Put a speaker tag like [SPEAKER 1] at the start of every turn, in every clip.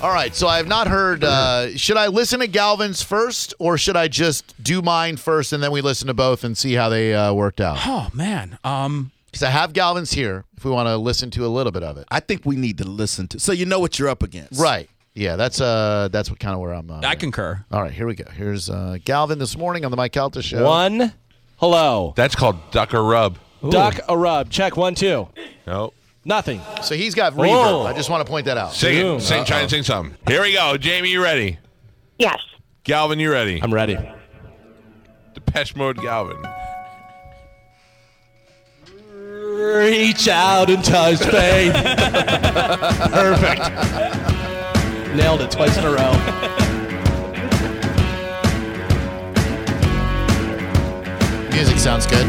[SPEAKER 1] All right, so I have not heard. Uh, should I listen to Galvin's first, or should I just do mine first and then we listen to both and see how they uh, worked out?
[SPEAKER 2] Oh man. Um.
[SPEAKER 1] Because I have Galvin's here if we want to listen to a little bit of it.
[SPEAKER 3] I think we need to listen to. So you know what you're up against,
[SPEAKER 1] Right. Yeah, that's uh, that's what kind of where I'm. Uh,
[SPEAKER 2] I concur.
[SPEAKER 1] All right, here we go. Here's uh, Galvin this morning on the Mike Calta show.
[SPEAKER 4] One, hello.
[SPEAKER 5] That's called duck or rub.
[SPEAKER 4] Duck a rub. Check one, two.
[SPEAKER 5] No.
[SPEAKER 4] Nothing.
[SPEAKER 1] So he's got reverb.
[SPEAKER 4] Oh.
[SPEAKER 1] I just want to point that out.
[SPEAKER 5] Sing it. Sing, try and sing something. Here we go. Jamie, you ready?
[SPEAKER 6] Yes.
[SPEAKER 5] Galvin, you ready?
[SPEAKER 4] I'm ready.
[SPEAKER 5] Depeche Mode Galvin.
[SPEAKER 4] Reach out and touch faith. Perfect. Nailed it twice in a row.
[SPEAKER 1] Music sounds good.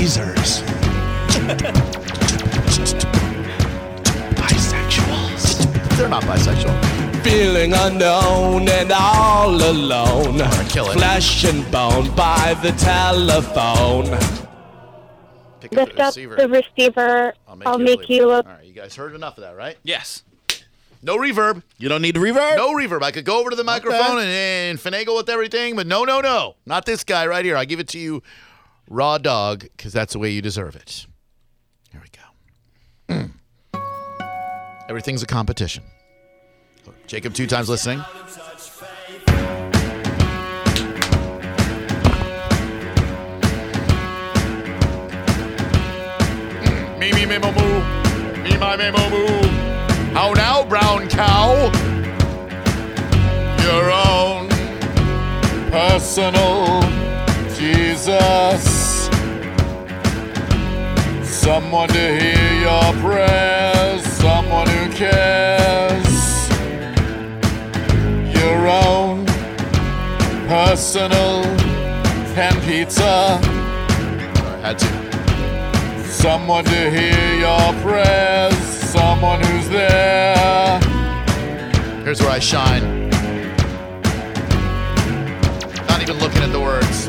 [SPEAKER 4] Lasers. Bisexuals.
[SPEAKER 1] They're not bisexual.
[SPEAKER 4] Feeling unknown and all alone.
[SPEAKER 1] kill it.
[SPEAKER 4] Flesh and bone by the telephone.
[SPEAKER 1] Pick
[SPEAKER 6] Lift up the receiver. I'll make, you, look.
[SPEAKER 1] All right, you guys heard enough of that, right?
[SPEAKER 2] Yes.
[SPEAKER 1] No reverb.
[SPEAKER 3] You don't need to reverb.
[SPEAKER 1] No reverb. I could go over to the microphone and, and finagle with everything, but no, no, no. Not this guy right here. I give it to you raw dog because that's the way you deserve it. Here we go. Mm. Everything's a competition. Jacob, two times listening. Mm, Me, me, me, mo, moo. Me, my, me, mo, moo. How now, brown cow? Your own personal Jesus. Someone to hear your prayers, someone who cares. Your own personal pan pizza. Had to. Someone to hear your prayers, someone who's there. Here's where I shine. Not even looking at the words.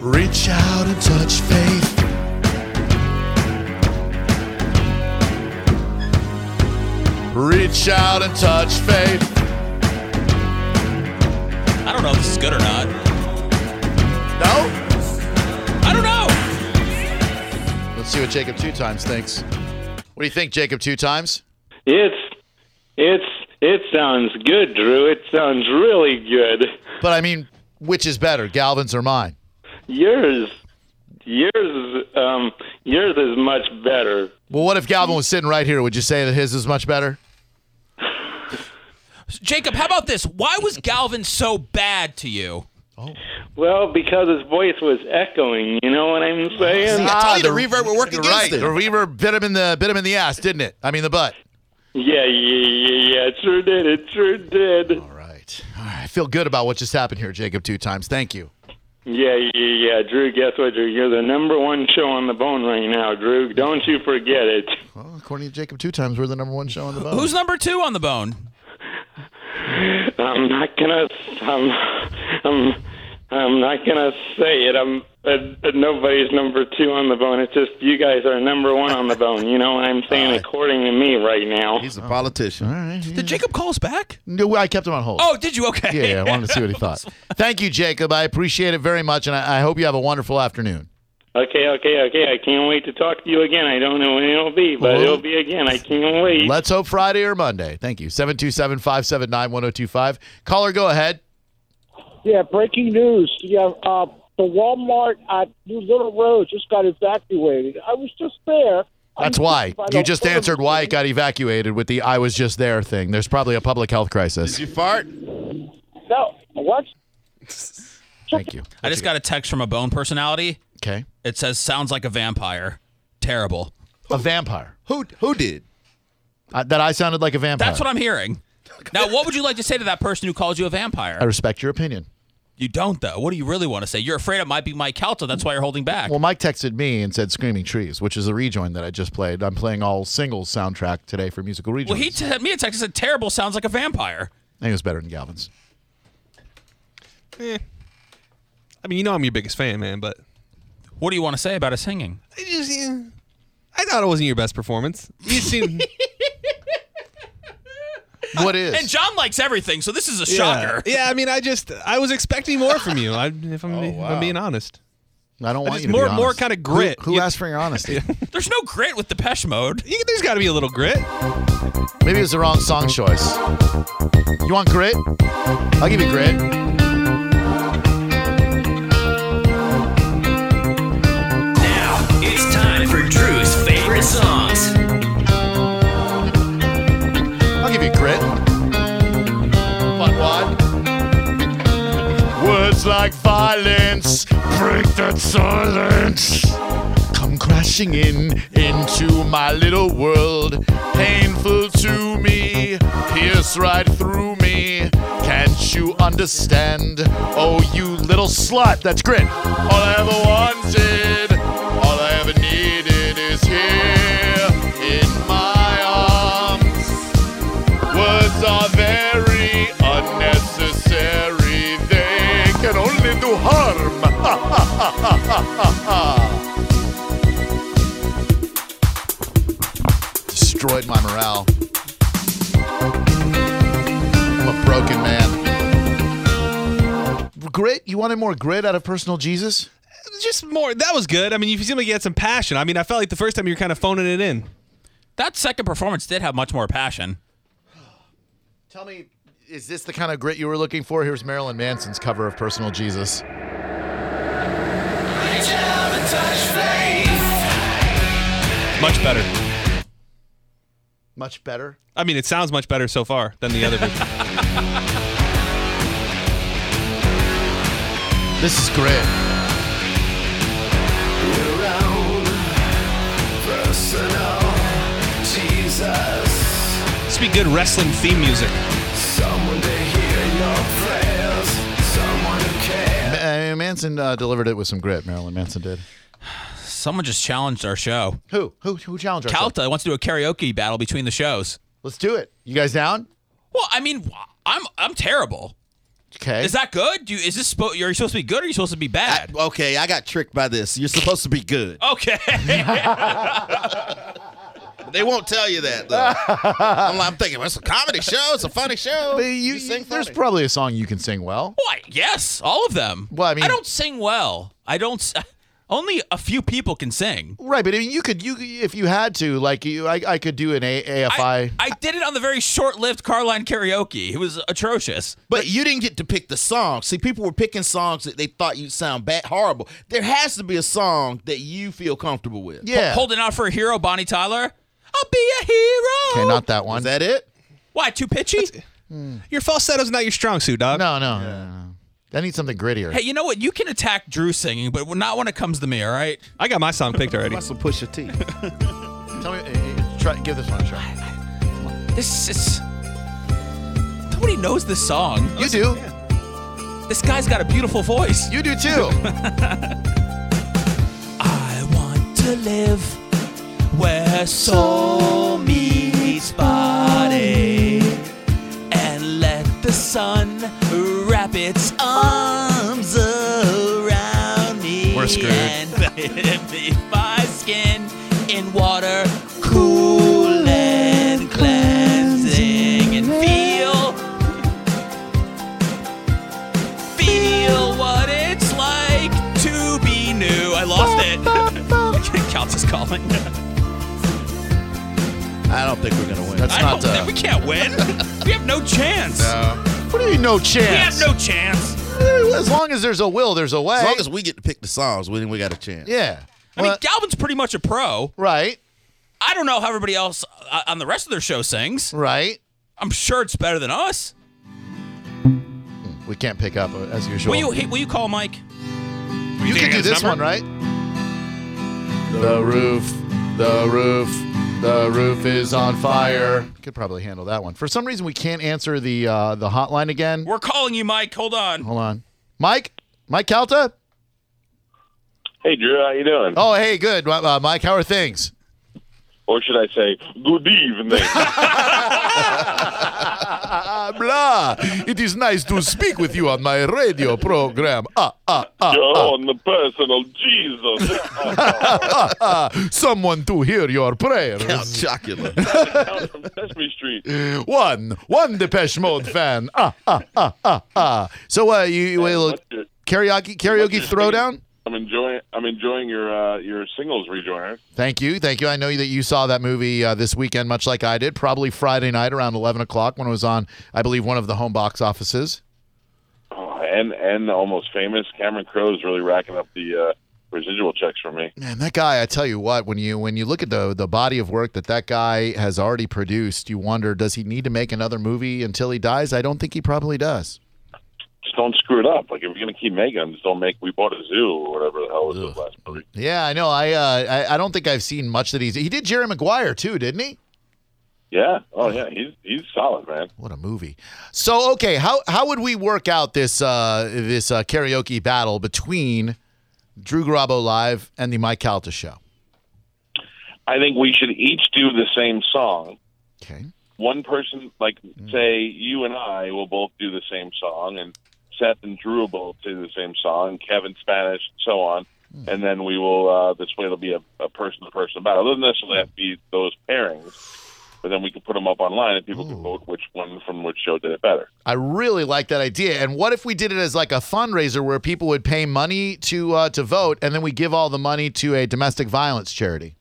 [SPEAKER 1] Reach out and touch faith. Reach out and touch faith.
[SPEAKER 2] I don't know if this is good or not.
[SPEAKER 1] No?
[SPEAKER 2] I don't know.
[SPEAKER 1] Let's see what Jacob Two Times thinks. What do you think, Jacob Two Times?
[SPEAKER 7] It's it's it sounds good, Drew. It sounds really good.
[SPEAKER 1] But I mean, which is better, Galvin's or mine?
[SPEAKER 7] Yours yours is, um yours is much better.
[SPEAKER 1] Well, what if Galvin was sitting right here? Would you say that his is much better?
[SPEAKER 2] Jacob, how about this? Why was Galvin so bad to you?
[SPEAKER 7] Well, because his voice was echoing, you know what I'm saying?
[SPEAKER 3] I
[SPEAKER 1] Ah,
[SPEAKER 3] tell you the,
[SPEAKER 1] the-
[SPEAKER 3] reverb would work against
[SPEAKER 1] right.
[SPEAKER 3] it.
[SPEAKER 1] The reverb bit him in the bit him in the ass, didn't it? I mean, the butt.
[SPEAKER 7] Yeah, yeah, yeah, yeah. It sure did. It sure did.
[SPEAKER 1] All right. All right. I feel good about what just happened here, Jacob Two Times. Thank you.
[SPEAKER 7] Yeah, yeah, yeah. Drew, guess what, Drew? You're the number one show on the bone right now, Drew. Don't you forget it.
[SPEAKER 1] Well, according to Jacob Two Times, we're the number one show on the boat.
[SPEAKER 2] Who's number two on the bone?
[SPEAKER 8] Um,
[SPEAKER 7] I'm not gonna. I'm. I'm.
[SPEAKER 8] um,
[SPEAKER 7] I'm not gonna say it. I'm. Uh, nobody's number two on the bone. It's just you guys are number one on the bone. You know what I'm saying? According to me, right now.
[SPEAKER 3] He's a politician.
[SPEAKER 1] All right. yeah.
[SPEAKER 2] Did Jacob call us back?
[SPEAKER 1] No, I kept him on hold.
[SPEAKER 2] Oh, did you? Okay.
[SPEAKER 1] Yeah, yeah, I wanted to see what he thought. Thank you, Jacob. I appreciate it very much, and I, I hope you have a wonderful afternoon.
[SPEAKER 8] Okay, okay, okay. I can't wait to talk to you again. I don't know when it'll be, but
[SPEAKER 1] Well-
[SPEAKER 8] it'll be again. I can't wait.
[SPEAKER 1] Let's hope Friday or Monday. Thank you. 727 579 1025. Caller, go ahead.
[SPEAKER 9] Yeah, breaking news. Yeah, uh, the Walmart at New Little Road just got evacuated. I was just there.
[SPEAKER 1] That's why. You just answered why it got evacuated with the I was just there thing. There's probably a public health crisis.
[SPEAKER 3] Did you fart?
[SPEAKER 9] No, what?
[SPEAKER 1] Thank you.
[SPEAKER 2] I just got a text from a bone personality.
[SPEAKER 1] Okay.
[SPEAKER 2] It says, sounds like a vampire. Terrible.
[SPEAKER 1] A vampire.
[SPEAKER 3] Who who did?
[SPEAKER 1] Uh, that I sounded like a vampire.
[SPEAKER 2] That's what I'm hearing. Now, what would you like to say to that person who calls you a vampire?
[SPEAKER 1] I respect your opinion.
[SPEAKER 2] You don't, though. What do you really want to say? You're afraid it might be Mike Calta. That's why you're holding back.
[SPEAKER 1] Well, Mike texted me and said Screaming Trees, which is the rejoin that I just played. I'm playing all singles soundtrack today for musical rejoins.
[SPEAKER 2] Well, he sent me a text that said, terrible sounds like a vampire.
[SPEAKER 1] I think it was better than Galvin's.
[SPEAKER 10] I mean, you know I'm your biggest fan, man, but
[SPEAKER 2] What do you want to say about his singing?
[SPEAKER 10] I just, yeah, I thought it wasn't your best performance. You seem,
[SPEAKER 1] What is?
[SPEAKER 2] And John likes everything, so this is a
[SPEAKER 10] yeah,
[SPEAKER 2] shocker.
[SPEAKER 10] yeah. I mean, I just, I was expecting more from you. I, if
[SPEAKER 8] Oh,
[SPEAKER 10] I'm, if I'm being honest,
[SPEAKER 1] I don't want
[SPEAKER 10] just-
[SPEAKER 1] you to be
[SPEAKER 10] more- more
[SPEAKER 1] honest.
[SPEAKER 10] kinda grit.
[SPEAKER 1] Who, who
[SPEAKER 10] You-
[SPEAKER 1] asked for your honesty?
[SPEAKER 2] There's no grit with Depeche Mode.
[SPEAKER 10] You- there's got to be a little grit.
[SPEAKER 1] Maybe it was the wrong song choice. You want grit? I'll give you grit.
[SPEAKER 11] Now it's time for Drew's favorite songs.
[SPEAKER 1] I'll give you grit. Fun wad. Words like violence break that silence. Come crashing in into my little world. Painful to me, pierce right through me. Can't you understand? Oh, you little slut. That's grit. All I ever wanted, all I ever needed is here in my arms. Words are very unnecessary. They can only do harm. Ha, ha, ha, ha, ha, ha, ha. Destroyed my morale. I'm a broken man. Grit? You wanted more grit out of personal Jesus?
[SPEAKER 10] Just more. That was good. I mean, you seem like you had some passion. I mean, I felt like the first time you were kind of phoning it in.
[SPEAKER 2] That second performance did have much more passion.
[SPEAKER 1] Tell me, is this the kind of grit you were looking for? Here's Marilyn Manson's cover of Personal Jesus.
[SPEAKER 10] Much better.
[SPEAKER 1] Much better.
[SPEAKER 10] I mean, it sounds much better so far than the other version.
[SPEAKER 1] This is grit.
[SPEAKER 10] This would be good wrestling theme music.
[SPEAKER 1] Ma- uh, Manson uh, delivered it with some grit. Marilyn Manson did.
[SPEAKER 2] Someone just challenged our show.
[SPEAKER 1] Who? Who? Who challenged ourselves?
[SPEAKER 2] Calta wants to do a karaoke battle between the shows.
[SPEAKER 1] Let's do it. You guys down?
[SPEAKER 2] Well, I mean, I'm I'm terrible.
[SPEAKER 1] Okay.
[SPEAKER 2] Is that good? Do you, is this spo- are you supposed to be good or are you supposed to be
[SPEAKER 10] Uh,
[SPEAKER 2] bad?
[SPEAKER 3] Okay, I got tricked by this. You're supposed to be good.
[SPEAKER 2] okay.
[SPEAKER 3] They won't tell you that though. I'm, I'm thinking it's a comedy show. It's a funny show.
[SPEAKER 1] But you, you- there's probably a song you can sing well.
[SPEAKER 2] Why? Yes, all of them.
[SPEAKER 1] Well, I mean-
[SPEAKER 2] don't sing well. I don't. s- Only a few people can sing.
[SPEAKER 1] Right, but I mean, you could you if you had to, like you, I, I could do an a- AFI.
[SPEAKER 2] I, I did it on the very short-lived Carline karaoke. It was atrocious.
[SPEAKER 3] But you didn't get to pick the song. See, people were picking songs that they thought you'd sound bad, horrible. There has to be a song that you feel comfortable with.
[SPEAKER 1] yeah.
[SPEAKER 2] Holding out for a hero, Bonnie Tyler. I'll be a hero.
[SPEAKER 1] okay, not that one.
[SPEAKER 3] Is that it?
[SPEAKER 2] Why too pitchy?
[SPEAKER 10] Hmm. Your falsetto's not your strong suit, dog.
[SPEAKER 1] no, no, no, no, no. I need something grittier.
[SPEAKER 2] Hey, you know what? You can attack Drew singing, but not when it comes to me. All right.
[SPEAKER 10] I got my song picked already.
[SPEAKER 3] Some push your teeth.
[SPEAKER 1] tell me, uh, uh, try give this one a try.
[SPEAKER 2] This is. Nobody knows this song.
[SPEAKER 1] You do,
[SPEAKER 2] This guy's got a beautiful voice.
[SPEAKER 1] you do too.
[SPEAKER 2] I want to live where soul meets body and let the sun wrap its arms around me
[SPEAKER 1] We're screwed.
[SPEAKER 2] and bathe my skin in water cool and cleansing and feel feel what it's like to be new. I lost it. calling.
[SPEAKER 3] I don't think we're gonna win. That's
[SPEAKER 2] I
[SPEAKER 3] not.
[SPEAKER 2] don't
[SPEAKER 3] uh,
[SPEAKER 2] think- we can't win. we have no chance.
[SPEAKER 1] What do you mean, no chance?
[SPEAKER 2] We have no chance.
[SPEAKER 1] As long as there's a will, there's a way.
[SPEAKER 3] as long as we get to pick the songs, we we got a chance.
[SPEAKER 1] yeah.
[SPEAKER 2] I mean, Galvin's pretty much a pro.
[SPEAKER 1] Right.
[SPEAKER 2] I don't know how everybody else uh, on the rest of their show sings.
[SPEAKER 1] Right.
[SPEAKER 2] I'm sure it's better than us.
[SPEAKER 1] We can't pick up uh, as usual.
[SPEAKER 2] Will you hey, will you call Mike?
[SPEAKER 1] You can do this one, right? The roof, the roof, the roof is on fire. Could probably handle that one. For some reason, we can't answer the uh, the hotline again.
[SPEAKER 2] We're calling you, Mike. Hold on.
[SPEAKER 1] Hold on, Mike. Mike Calta.
[SPEAKER 8] Hey, Drew, how you doing?
[SPEAKER 1] Oh, hey, good. Uh, Mike, how are things?
[SPEAKER 8] Or should I say, good evening?
[SPEAKER 1] Ah, blah. It is nice to speak with you on my radio program. Ah, ah, ah.
[SPEAKER 8] You're Oh, on the personal Jesus.
[SPEAKER 1] ah, ah. Someone to hear your prayers.
[SPEAKER 3] Chocula.
[SPEAKER 8] Down from Sesame Street.
[SPEAKER 1] One, one Depeche Mode fan. Ah, ah, ah, ah, ah. So, uh, you, you will
[SPEAKER 8] What's your-
[SPEAKER 1] karaoke karaoke
[SPEAKER 8] what's your sing-
[SPEAKER 1] throwdown.
[SPEAKER 8] I'm enjoying. I'm enjoying your uh, your singles rejoiner.
[SPEAKER 1] Thank you, thank you. I know that you saw that movie uh, this weekend, much like I did, probably Friday night around eleven o'clock when it was on. I believe one of the home box offices.
[SPEAKER 8] Oh, and and the almost famous Cameron Crowe's really racking up the uh, residual checks for me.
[SPEAKER 1] Man, that guy, I tell you what, when you when you look at the the body of work that that guy has already produced, you wonder does he need to make another movie until he dies? I don't think he probably does.
[SPEAKER 8] Just don't screw it up. Like if you're gonna keep making them, just don't make We Bought a Zoo or whatever the hell was the last movie.
[SPEAKER 1] Yeah, I know. I, uh, I I don't think I've seen much that he's he did Jerry Maguire too, didn't he?
[SPEAKER 8] Yeah. Oh yeah. He's he's solid, man.
[SPEAKER 1] What a movie! So okay, how how would we work out this uh, this uh, karaoke battle between Drew Garabo live and the Mike Calta show?
[SPEAKER 8] I think we should each do the same song.
[SPEAKER 1] Okay.
[SPEAKER 8] One person, like say you and I, will both do the same song, and Seth and Drew will both do the same song, Kevin Spanish, and so on. And then we will. Uh, this way, it'll be a, a person-to-person battle. It doesn't necessarily have to be those pairings, but then we can put them up online, and people can vote which one from which show did it better.
[SPEAKER 1] I really like that idea. And what if we did it as like a fundraiser where people would pay money to uh, to vote, and then we give all the money to a domestic violence charity?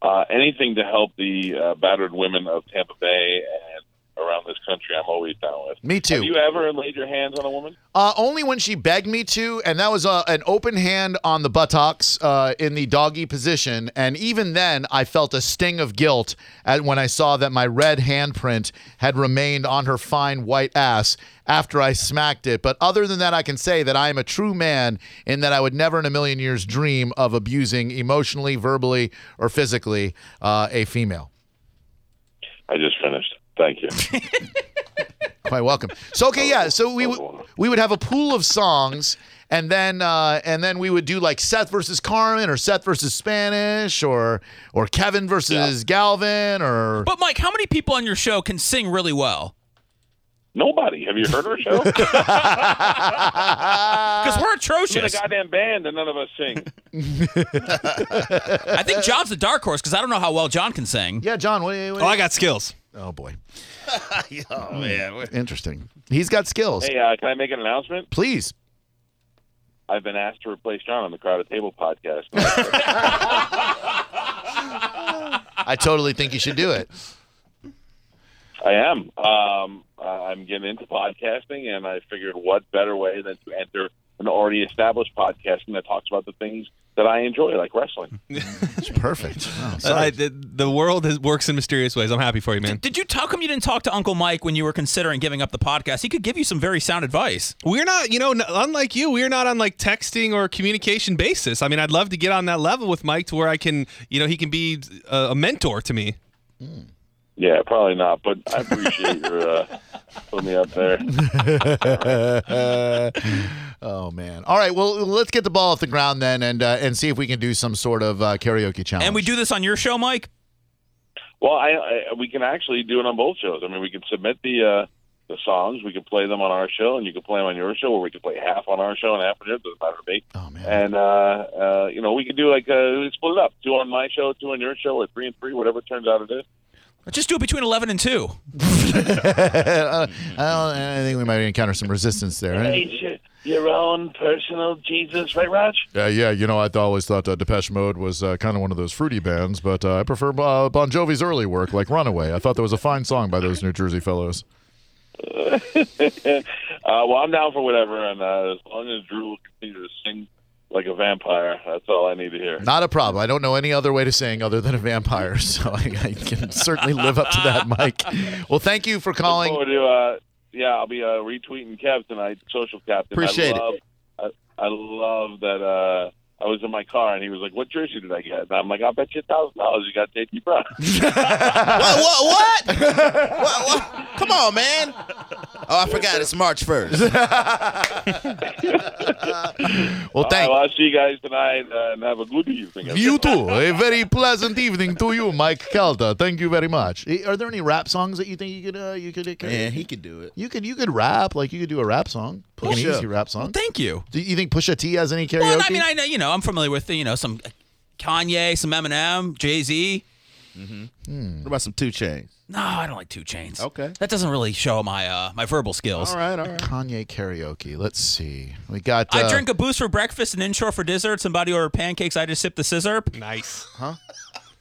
[SPEAKER 8] Uh, anything to help the uh, battered women of Tampa Bay and around this country, I'm always down with.
[SPEAKER 1] Me too.
[SPEAKER 8] Have you ever laid your hands on a woman?
[SPEAKER 1] Uh, only when she begged me to, and that was uh, an open hand on the buttocks uh, in the doggy position. And even then, I felt a sting of guilt at when I saw that my red handprint had remained on her fine white ass after I smacked it. But other than that, I can say that I am a true man in that I would never in a million years dream of abusing emotionally, verbally, or physically uh, a female.
[SPEAKER 8] I just finished. Thank you.
[SPEAKER 1] Quite welcome. So okay, yeah. So we would we would have a pool of songs, and then uh, and then we would do like Seth versus Carmen, or Seth versus Spanish, or or Kevin versus Galvin, or
[SPEAKER 2] But Mike, how many people on your show can sing really well?
[SPEAKER 8] Nobody. Have you heard her show? She's
[SPEAKER 2] Because we're
[SPEAKER 8] in a
[SPEAKER 2] atrocious.
[SPEAKER 8] goddamn band and none of us sing.
[SPEAKER 2] I think John's the dark horse because I don't know how well John can sing.
[SPEAKER 1] yeah, John. What, what,
[SPEAKER 10] Oh, I got skills.
[SPEAKER 1] oh boy. oh man, interesting. He's got skills.
[SPEAKER 8] Hey, uh, can I make an announcement?
[SPEAKER 1] Please.
[SPEAKER 8] I've been asked to replace John on the Crowded Table podcast.
[SPEAKER 1] I totally think you should do it.
[SPEAKER 8] I am. Um, uh, I'm getting into podcasting, and I figured what better way than to enter an already established podcasting that talks about the things that I enjoy, like wrestling.
[SPEAKER 1] It's perfect. Oh,
[SPEAKER 10] Uh, I- the, the world has, works in mysterious ways. I'm happy for you, man.
[SPEAKER 2] Did you? How come you didn't talk to Uncle Mike when you were considering giving up the podcast? He could give you some very sound advice.
[SPEAKER 10] We're not, you know, n- unlike you, we're not on like texting or communication basis. I mean, I'd love to get on that level with Mike to where I can, you know, he can be a, a mentor to me.
[SPEAKER 8] Yeah, probably not, but I appreciate your uh, putting me up there.
[SPEAKER 1] oh man. All right. Well, let's get the ball off the ground then, and uh, and see if we can do some sort of uh, karaoke challenge.
[SPEAKER 2] And we do this on your show, Mike.
[SPEAKER 8] Well, I, I we can actually do it on both shows. I mean, we can submit the uh, the songs, we can play them on our show, and you can play them on your show, or we can play half on our show and half on yours. Doesn't matter to me.
[SPEAKER 1] Oh man.
[SPEAKER 8] And uh, uh, you know, we could do like uh, we could split it up: two on my show, two on your show, or three and three, whatever it turns out it is.
[SPEAKER 2] Just do it between eleven and two.
[SPEAKER 1] I, don't, I think we might encounter some resistance there.
[SPEAKER 8] Hey, shit.
[SPEAKER 12] your own personal Jesus, right, Raj?
[SPEAKER 1] Yeah, Uh, yeah. You know, I th- always thought uh, Depeche Mode was uh, kind of one of those fruity bands, but uh, I prefer uh, Bon Jovi's early work, like Runaway. I thought that was a fine song by those New Jersey fellows.
[SPEAKER 12] uh, well, I'm down for whatever, and uh, as long as Drew will continue to sing like a vampire, that's all I need to hear.
[SPEAKER 1] Not a problem. I don't know any other way to sing other than a vampire, so I, I can certainly live up to that, Mike. Well, thank you for calling.
[SPEAKER 12] Look forward to, uh, yeah, I'll be uh, retweeting Kev tonight, social captain.
[SPEAKER 1] Appreciate
[SPEAKER 12] I
[SPEAKER 1] it.
[SPEAKER 12] love, I, I love that. Uh, I was in my car and he was like, "What jersey did I get?" And I'm like, "I'll bet you a thousand dollars you got JT Brown."
[SPEAKER 3] what, what, what? What- what? Come on, man. Oh, I forgot it's March 1st.
[SPEAKER 1] Well, thank-
[SPEAKER 12] All right, well, I'll see you guys tonight uh, and have a good evening.
[SPEAKER 1] You too. A very pleasant evening to you, Mike Calda. Thank you very much. Eh, Are there any rap songs that you think you could uh, you could? could
[SPEAKER 3] Yeah, he could do it.
[SPEAKER 1] You could you could rap like you could do a rap song, like an
[SPEAKER 2] Pusha.
[SPEAKER 1] easy rap song.
[SPEAKER 2] Well, thank you.
[SPEAKER 1] Do you think Pusha T has any karaoke?
[SPEAKER 2] Well, I mean, I know you know I'm familiar with you know some Kanye, some Eminem, Jay Z.
[SPEAKER 3] What about some two chains?
[SPEAKER 2] No, I don't like Two Chains. Okay, that doesn't really show my uh, my verbal skills.
[SPEAKER 1] All right, all right. Kanye karaoke. Let's see. We got.
[SPEAKER 2] I
[SPEAKER 1] uh,
[SPEAKER 2] drink a boost for breakfast and inshore for dessert. Somebody ordered pancakes. I just sip the scissor.
[SPEAKER 10] Nice.
[SPEAKER 1] Huh?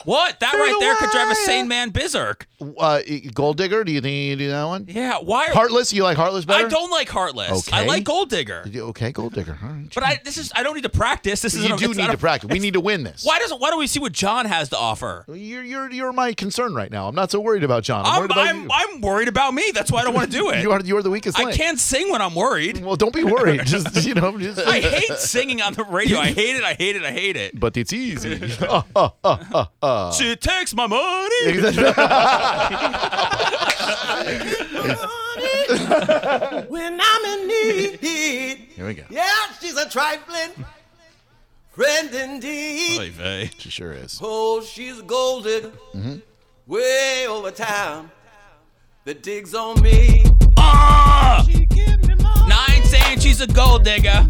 [SPEAKER 2] What? That
[SPEAKER 1] Through
[SPEAKER 2] right
[SPEAKER 1] the
[SPEAKER 2] there could drive a
[SPEAKER 1] wire.
[SPEAKER 2] sane man berserk.
[SPEAKER 1] uh, Gold Digger. Do you think you do that one?
[SPEAKER 2] Yeah. Why?
[SPEAKER 1] Heartless. You like Heartless better?
[SPEAKER 2] I don't like Heartless. I
[SPEAKER 1] Okay.
[SPEAKER 2] like Gold Digger.
[SPEAKER 1] You- Okay, Gold Digger. All right.
[SPEAKER 2] But I this is I don't need to practice. This is
[SPEAKER 1] You do need to practice. We need to win this.
[SPEAKER 2] Why doesn't Why don't we see what John has to offer?
[SPEAKER 1] You're you're you're my concern right now. I'm not so worried about John. I'm,
[SPEAKER 2] I'm
[SPEAKER 1] worried about
[SPEAKER 2] I'm,
[SPEAKER 1] you.
[SPEAKER 2] I'm worried about me. That's why I don't want to do it.
[SPEAKER 1] You are you're the weakest
[SPEAKER 2] I
[SPEAKER 1] link.
[SPEAKER 2] can't sing when I'm worried.
[SPEAKER 1] Well, don't be worried. Just you know. Just,
[SPEAKER 2] I hate singing on the radio. I hate it. I hate it. I hate it.
[SPEAKER 1] But it's easy. Uh, uh, uh, uh, uh.
[SPEAKER 2] She takes my money.
[SPEAKER 13] when I'm in need.
[SPEAKER 1] Here we go.
[SPEAKER 13] Yeah, she's a trifling friend indeed.
[SPEAKER 1] She sure is.
[SPEAKER 13] Oh, she's a gold digger
[SPEAKER 1] Mhm.
[SPEAKER 13] way over town that digs on me.
[SPEAKER 2] Ah! Nine saying she's a gold digger,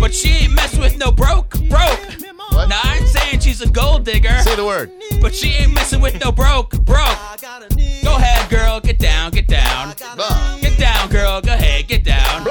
[SPEAKER 2] but she ain't mess with no broke broke. Nine saying she's a gold digger.
[SPEAKER 1] Say the word.
[SPEAKER 2] But she ain't messing with no broke broke. Go ahead, girl, get down, get down. Get down, girl, go ahead, get down.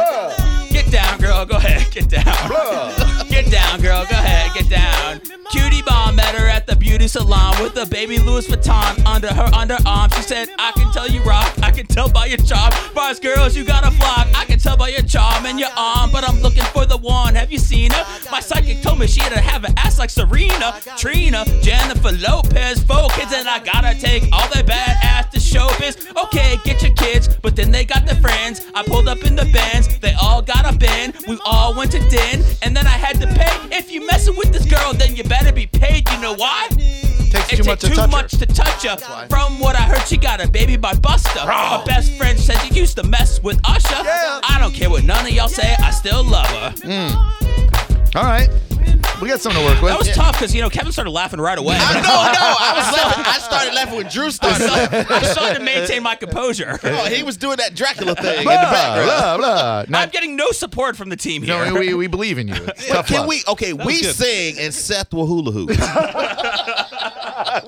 [SPEAKER 2] Get down, girl, go ahead, get down. Get down, girl, go ahead, get down. Cutie Bomb met her at the beauty salon with a baby Louis Vuitton under her underarm. She said, I can tell you rock, I can tell by your charm. Bars girls, you got a flock. I can tell by your charm and your arm, but I'm looking for the one. Have you seen her? My psychic told me she had to have an ass like Serena, Trina, Jennifer Lopez, four kids, and I gotta take all that bad ass to showbiz. Okay, get your kids, but then they got their friends. I pulled up in the Benz, they all got a bin. We all went to din, and then I had to pay. If you messing with this girl, then you better be paid. You know why?
[SPEAKER 1] Takes
[SPEAKER 2] it
[SPEAKER 1] too
[SPEAKER 2] take
[SPEAKER 1] much to
[SPEAKER 2] too
[SPEAKER 1] touch her.
[SPEAKER 2] much to touch her. From what I heard, she got a baby by Buster. Her best friend said she used to mess with Usher. I don't care what none of y'all say, I still love her.
[SPEAKER 1] Mm. All right. We got something to work with.
[SPEAKER 2] That was tough because you know Kevin started laughing right away. I know, no,
[SPEAKER 3] I was laughing. I started laughing when Drew started.
[SPEAKER 2] I started to maintain my composure.
[SPEAKER 3] Oh, he was doing that Dracula thing in the
[SPEAKER 1] Blah,
[SPEAKER 3] background.
[SPEAKER 1] blah, blah. Now,
[SPEAKER 2] I'm getting no support from the team here.
[SPEAKER 1] no, we, we believe in you. It's tough
[SPEAKER 3] Can
[SPEAKER 1] luck.
[SPEAKER 3] we? Okay,
[SPEAKER 1] That
[SPEAKER 3] we
[SPEAKER 1] was good.
[SPEAKER 3] sing and Seth will hula hoop.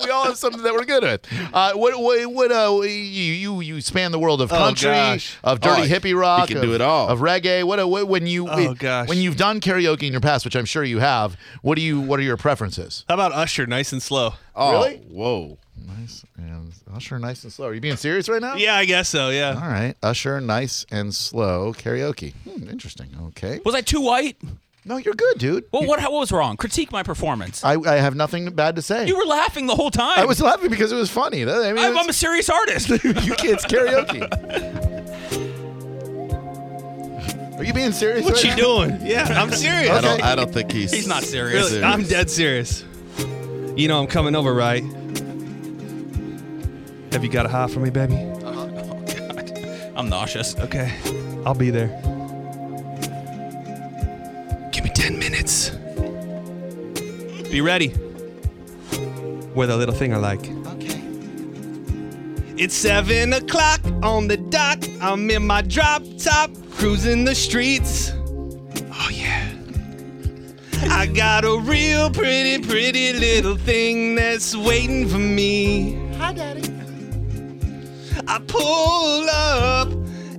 [SPEAKER 1] we all have something that we're good at. Uh, what what what uh, you you you span the world of
[SPEAKER 3] Oh,
[SPEAKER 1] country,
[SPEAKER 3] gosh.
[SPEAKER 1] of dirty
[SPEAKER 3] Oh,
[SPEAKER 1] hippie rock,
[SPEAKER 3] you can
[SPEAKER 1] of,
[SPEAKER 3] do it all.
[SPEAKER 1] of reggae. What, uh, what when you
[SPEAKER 10] Oh, gosh.
[SPEAKER 1] when you've done karaoke in your past, which I'm sure you have. What do you what are your preferences?
[SPEAKER 10] How about Usher, nice and slow?
[SPEAKER 3] Oh.
[SPEAKER 1] Really?
[SPEAKER 3] Whoa.
[SPEAKER 1] Nice and Usher, nice and slow. Are you being serious right now?
[SPEAKER 10] Yeah, I guess so. Yeah.
[SPEAKER 1] All right, Usher, nice and slow karaoke. Hmm, interesting. Okay.
[SPEAKER 2] Was I too white?
[SPEAKER 1] No, you're good, dude.
[SPEAKER 2] Well, what, what was wrong? Critique my performance.
[SPEAKER 1] I, I have nothing bad to say.
[SPEAKER 2] You were laughing the whole time.
[SPEAKER 1] Uh, I was laughing because it was funny. That- I mean,
[SPEAKER 2] I'm,
[SPEAKER 1] it's-
[SPEAKER 2] I'm a serious artist.
[SPEAKER 1] you kids karaoke. Are you being serious?
[SPEAKER 10] What
[SPEAKER 1] right
[SPEAKER 10] you
[SPEAKER 1] now?
[SPEAKER 10] doing? Yeah, I'm serious.
[SPEAKER 1] I don't-
[SPEAKER 3] I don't think he's.
[SPEAKER 2] He's not serious.
[SPEAKER 10] Really, I'm dead serious. You know I'm coming over, right? Have you got a high for me, baby?
[SPEAKER 2] I'm nauseous.
[SPEAKER 10] Okay. I'll be there. Give me 10 minutes. Be ready. With a little thing I like. Okay. It's 7 o'clock on the dock. I'm in my drop top, cruising the streets. Oh, yeah. I got a real pretty, pretty little thing that's waiting for me.
[SPEAKER 13] Hi, Daddy.
[SPEAKER 10] I pull up,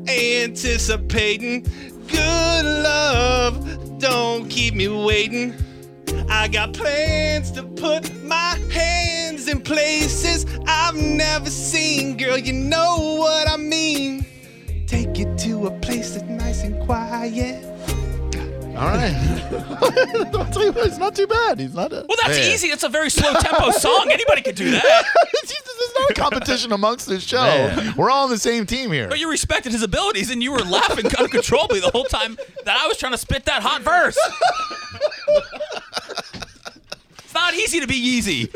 [SPEAKER 10] anticipating
[SPEAKER 3] good love, don't keep me waiting. I got plans to put my hands in places I've never seen. Girl, you know what I mean. Take it to a place that's nice and quiet.
[SPEAKER 1] All right. I'll tell you what, it's not too bad. He's not. A,
[SPEAKER 2] Well, that's
[SPEAKER 1] Man.
[SPEAKER 2] easy. It's a very slow tempo song. Anybody could do that.
[SPEAKER 1] There's not a competition amongst this show.
[SPEAKER 2] Man.
[SPEAKER 1] We're all on the same team here.
[SPEAKER 2] But you respected his abilities, and you were laughing uncontrollably the whole time that I was trying to spit that hot verse. it's not easy to be Yeezy.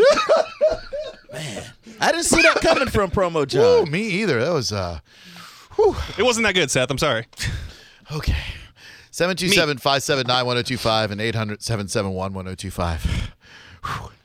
[SPEAKER 1] I didn't see that coming from Promo John. me either. That was uh,
[SPEAKER 3] It wasn't that good, Seth. I'm sorry.
[SPEAKER 1] okay. oh 727 579 1025 and 800 771 1025.